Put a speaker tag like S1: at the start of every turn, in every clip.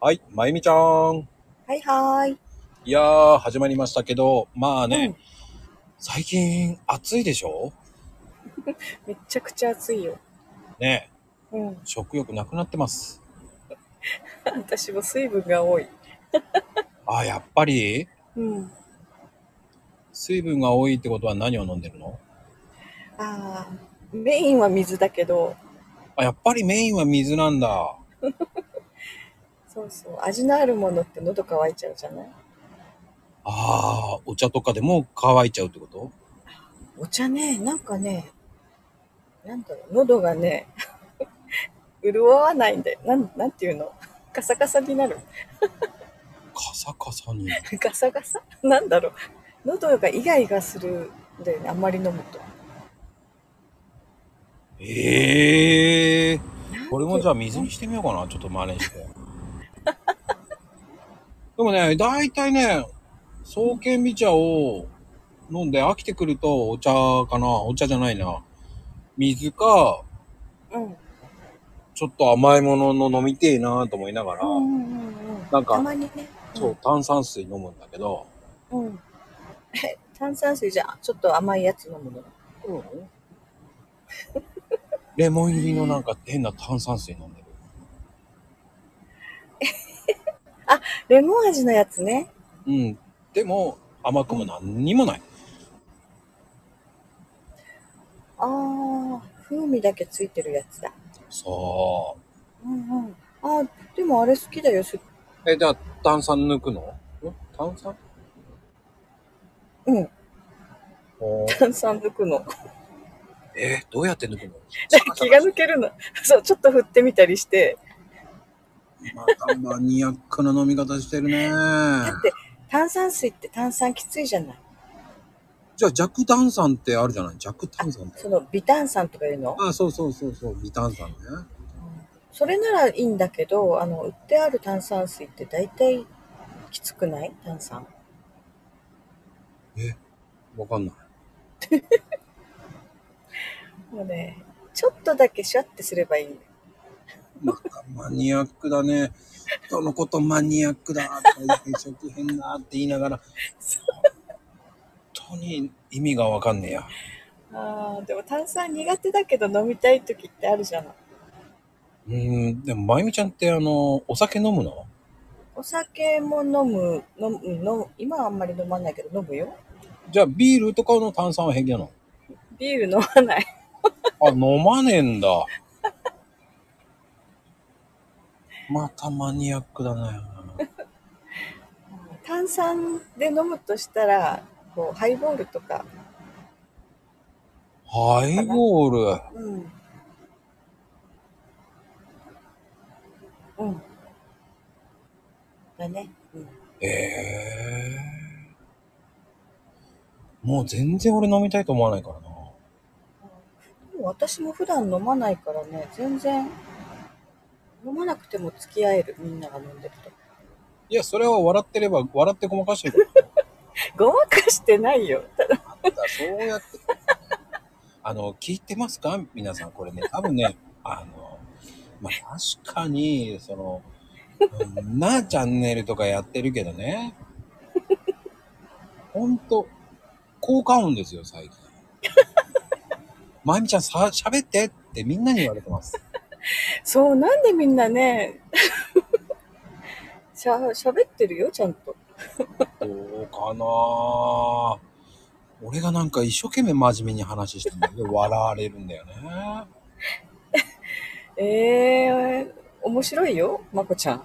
S1: はい、まゆみちゃん。
S2: はいはーい。
S1: いやー、始まりましたけど、まあね、
S2: うん
S1: 最近暑いでしょ
S2: めっちゃくちゃ暑いよ。
S1: ねえ、
S2: うん。
S1: 食欲なくなってます。
S2: 私も水分が多い。
S1: あー、やっぱり
S2: うん。
S1: 水分が多いってことは何を飲んでるの
S2: ああ、メインは水だけど、
S1: あ、やっぱりメインは水なんだ。
S2: そうそう、味のあるものって喉乾いちゃうじゃない
S1: あー、お茶とかでも乾いちゃうってこと
S2: お茶ね、なんかね、なんだろう、喉がね、 潤わないんだよ。なん、なんていうのカサカサになる。
S1: カサカサに。
S2: ガサガサなんだろう。喉がイガイガするんだよね、あんまり飲むと。
S1: ええー。これもじゃあ
S2: なんていう
S1: 水
S2: の
S1: にしてみようかな、ちょっと真似して。 でもね、大体ね、双剣美茶を飲んで飽きてくるとお茶かな、お茶じゃないな。水か、
S2: うん。
S1: ちょっと甘いものの飲みてえなと思いながら、
S2: うんうんうんうん。
S1: なんか
S2: たまにね。
S1: そう、炭酸水飲むんだけど、
S2: うん。 え炭酸水じゃちょっと甘いやつ飲むの。
S1: レモン入りのなんか変な炭酸水飲んでる。
S2: レモン味のやつね。
S1: うん。でも、甘くも何にもない。
S2: ああ、風味だけついてるやつだ。
S1: そ
S2: うんうん。あーでもあれ好きだよ。す
S1: う。え、じゃあ炭酸抜くのん炭酸
S2: うん。
S1: おー
S2: 炭酸抜くの。
S1: えーどうやって抜くの
S2: 気が抜けるの。 そう、ちょっと振ってみたりして。
S1: またマニアックな飲み方してるね。
S2: だって、炭酸水って炭酸きついじゃない。
S1: じゃあ弱炭酸ってあるじゃない弱炭酸って
S2: そ。の微炭酸とかいうの。
S1: あ、そうそうそうそう、微炭酸ね。
S2: それならいいんだけど、あの、売ってある炭酸水って大体きつくない炭酸。
S1: わかんない。
S2: もうね、ちょっとだけシュワってすればいい
S1: ま
S2: の
S1: たマニアックだね。人のことマニアックだ。大変食変だって言いながら。本当に意味がわかんねえや。
S2: あーでも炭酸苦手だけど飲みたい時ってあるじゃない
S1: うん、でも、まゆみちゃんってあの、お酒飲むの
S2: お酒も飲む飲むうん飲む今はあんまり飲まないけど飲むよ
S1: じゃあビールとかの炭酸は平気なの
S2: ビール飲まない
S1: あ、飲まねえんだ。 またマニアックだね。
S2: 炭酸で飲むとしたらこうハイボールとか、
S1: ハイボール。
S2: うんうん、だね、うん、
S1: ええもう全然俺飲みたいと思わないからな。
S2: でも私も普段飲まないからね全然飲まなくても付き合えるみんなが飲んでると
S1: いや、それは笑ってれば、笑ってごまかしてるか
S2: ごまかしてないよ
S1: ら。だそうやって。 あの、聞いてますか皆さん、これね、多分ね、あの、まあ、確かに、その、うんなあチャンネルとかやってるけどね。ほんと、効果音ですよ、最近。まゆみちゃん、さ、喋ってってみんなに言われてます。
S2: そう、なんでみんなね、 しゃ、喋ってるよ、ちゃんと。
S1: どうかな俺がなんか一生懸命真面目に話してるんだけど、笑われるんだよね。
S2: ええ面白いよ、まこちゃん。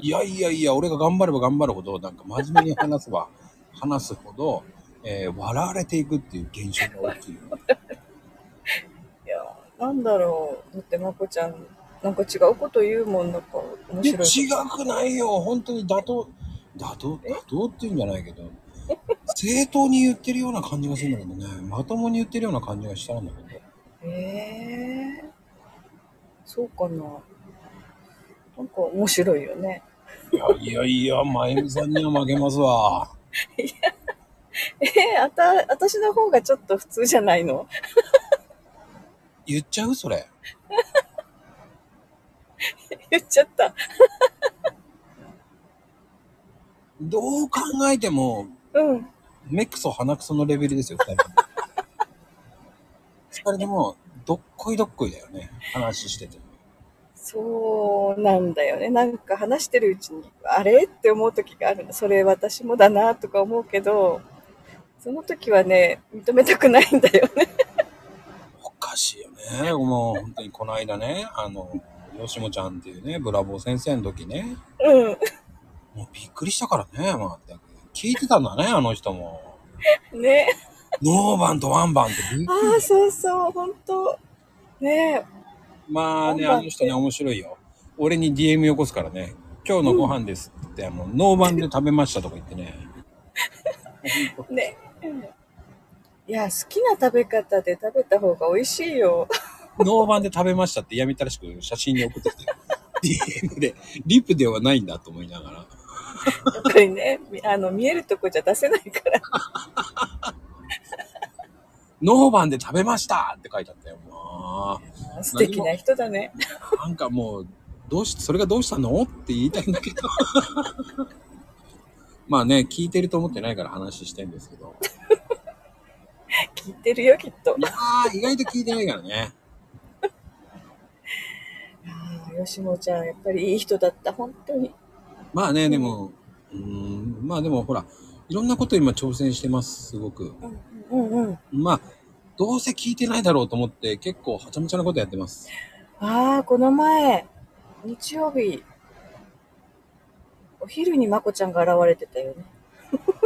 S1: いやいやいや、俺が頑張れば頑張るほど、なんか真面目に話せば 話すほど、えー笑われていくっていう現象が起きる。
S2: いや、なんだろう。だってまこちゃん、なんか違うこと言うもん、なんか面
S1: で違
S2: 白い。
S1: くないよ、本当に妥当、妥当、妥当っていうんじゃない けど、正当に言ってるような感じがするんだけどね、まともに言ってるような感じがしたんだけど。
S2: ええそうかな。なんか面白いよね。
S1: いやいやいや、まゆみさんには負けますわ。
S2: ええあた、私の方がちょっと普通じゃないの
S1: 言っちゃうそれ。
S2: 言っちゃった。
S1: どう考えても、
S2: うん。
S1: 目くそ鼻くそのレベルですよ、二人とも。二人とも、どっこいどっこいだよね、話してて。
S2: そうなんだよね。なんか話してるうちに、あれって思う時があるの。それ私もだなとか思うけど、その時はね、認めたくないんだよね。
S1: おかしいよね。もう本当にこの間ね、あの、吉もちゃんっていうね、ブラボー先生の時ね、もうびっくりしたからね、まあ、聞いてたんだね、あの人も。
S2: うん。ね。
S1: ノーバンとワンバンってびっくり
S2: ああ、そうそう、本当ね
S1: まあね、
S2: ワンバン
S1: あの人ね、面白いよ。俺に DM よこすからね、今日のご飯ですって、もうノーバンで食べましたとか言ってね。
S2: え、ねえ。うんいや、好きな食べ方で食べた方が美味しいよ。
S1: ノーバンで食べましたって嫌みたらしく写真に送って きて、DM で、リプではないんだと思いながら。
S2: やっぱりね、みあの、見えるとこじゃ出せないから。
S1: ノーバンで食べましたって書いてあったよ。ま
S2: 素敵な人だね。
S1: あ、なんかもう、どうし、それがどうしたのって言いたいんだけど。 まあね、聞いてると思ってないから話してんですけど。
S2: 聞いてるよ、きっと
S1: い。やー、意外と聞いてないからね。
S2: ああ、吉本ちゃん、やっぱりいい人だった、本当に。
S1: まあね、でも、うーん、まあでもほら、いろんなこと今挑戦してます、すごく。
S2: うんうん。
S1: まあ、どうせ聞いてないだろうと思って、結構はちゃめちゃなことやってます。
S2: ああ、この前、日曜日、お昼にまこちゃんが現れてたよね。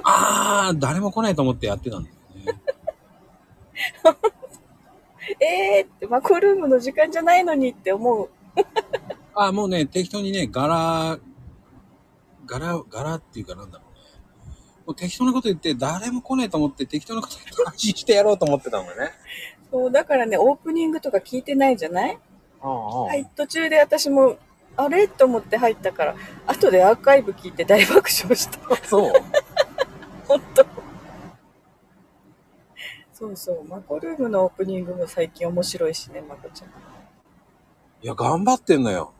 S1: あー、誰も来ないと思ってやってたんだよね。
S2: えーって、まこルームの時間じゃないのにって思う。
S1: あー、もうね、適当にね、柄、柄、柄っていうかなんだろうね。もう適当なこと言って、誰も来ないと思って、適当なこと言って配信してやろうと思ってたんだよね。
S2: そう、だからね、オープニングとか聞いてないじゃない
S1: ああ
S2: はい、途中で私も、あれと思って入ったから、後でアーカイブ聞いて大爆笑した。
S1: そう。
S2: 本当。そうそう、マコルームのオープニングも最近面白いしね、マコちゃん。
S1: いや、頑張ってんのよ。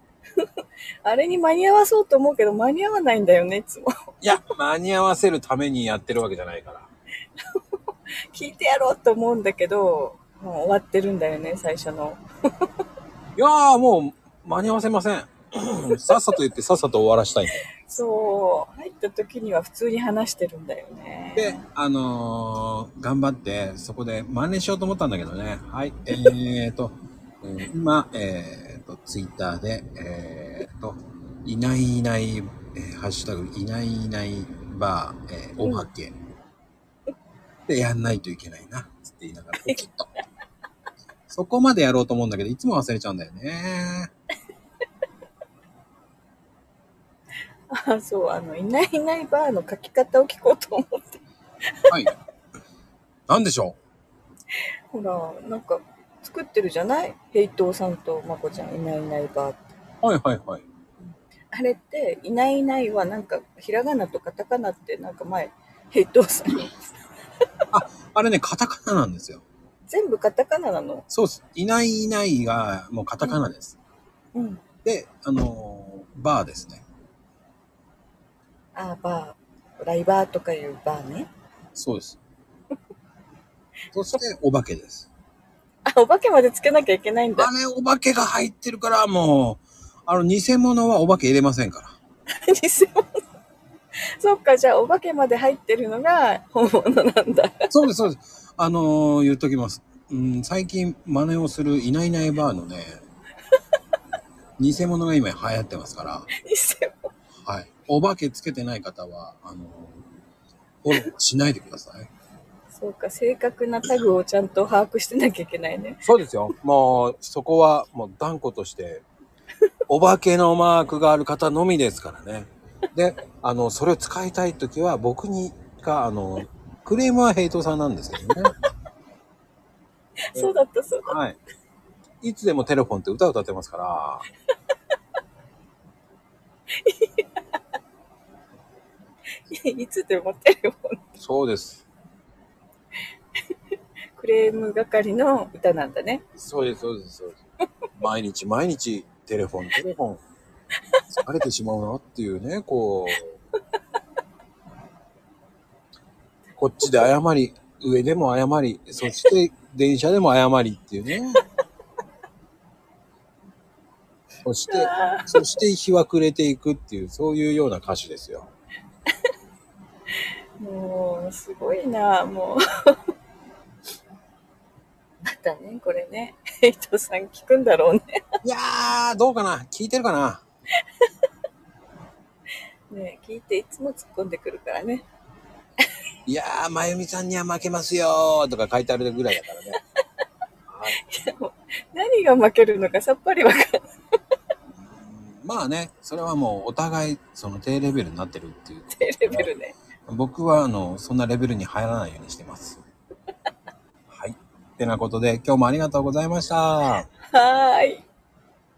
S2: あれに間に合わそうと思うけど、間に合わないんだよね、いつも。
S1: いや、間に合わせるためにやってるわけじゃないから。
S2: 聞いてやろうと思うんだけど、もう終わってるんだよね、最初の。
S1: いやーもう間に合わせません。 さっさと言ってさっさと終わらしたいんで。
S2: そう、入った時には普通に話してるんだよね。
S1: で、あのー、頑張って、そこで真似しようと思ったんだけどね。はい、えーと、えー今、えーと、ツイッターで、えーと、いないいない、えーハッシュタグ、いないいないバー、えーおまけ。で、やんないといけないな、つって言いながら、ポキッと。そこまでやろうと思うんだけど、いつも忘れちゃうんだよね。
S2: あ そう、あの、いないいないバーの書き方を聞こうと思って。
S1: はい。なんでしょう
S2: ほら、なんか、作ってるじゃない平等さんとまこちゃん、いないいないバーって。
S1: はいはいはい。
S2: あれって、いないいないはなんか、ひらがなとカタカナってなんか前、平等さんに。
S1: あれね、カタカナなんですよ。
S2: 全部カタカナなの。
S1: そうです。いないいないが、もうカタカナです。
S2: うん。
S1: で、あのーバーですね。
S2: あーバー。ライバーとかいうバーね。
S1: そうです。そして、お化けです。
S2: あ、お化けまでつけなきゃいけないんだ
S1: あ。れ、お化けが入ってるから、もう、あの、偽物はお化け入れませんから。
S2: 偽物。そっか、じゃあお化けまで入ってるのが本物なんだ。
S1: そうです、そうです。あのー言っときます。うん、最近、真似をするいないいないバーのね、偽物が今流行ってますから。
S2: 偽物。
S1: はい。お化けつけてない方は、あの、フォローはしないでください。
S2: そうか、正確なタグをちゃんと把握してなきゃいけないね。
S1: そうですよ。もう、そこは、もう断固と して、お化けのマークがある方のみですからね。で、あの、それを使いたいときは、僕に、か、あの、クレームは平等さんなんですけどね。
S2: そうだった、そうだっ
S1: はい。いつでもテレフォンって歌を歌ってますから。
S2: た。いつでもテレフォン。
S1: そうです。
S2: クレーム係の歌なんだね。
S1: そうです、そうです、そうです。毎日毎日、テレフォン、テレフォン。疲れてしまうなっていうね、こう。こっちで謝り、上でも謝り、そして電車でも謝りっていうね。そして、そして日は暮れていくっていう、そういうような歌詞ですよ。
S2: もう、すごいな、もう。 またね、これね、伊藤さん聞くんだろうね。
S1: いやー、どうかな聞いてるかな
S2: ね聞いていつも突っ込んでくるからね。
S1: いやー、まゆみさんには負けますよーとか書いてあるぐらいだからね。
S2: 何が負けるのかさっぱりわかんない。
S1: まあね、それはもうお互いその低レベルになってるっていう。
S2: レベルね。
S1: 僕はあの、そんなレベルに入らないようにしてます。はい。ってなことで、今日もありがとうございました。
S2: はーい。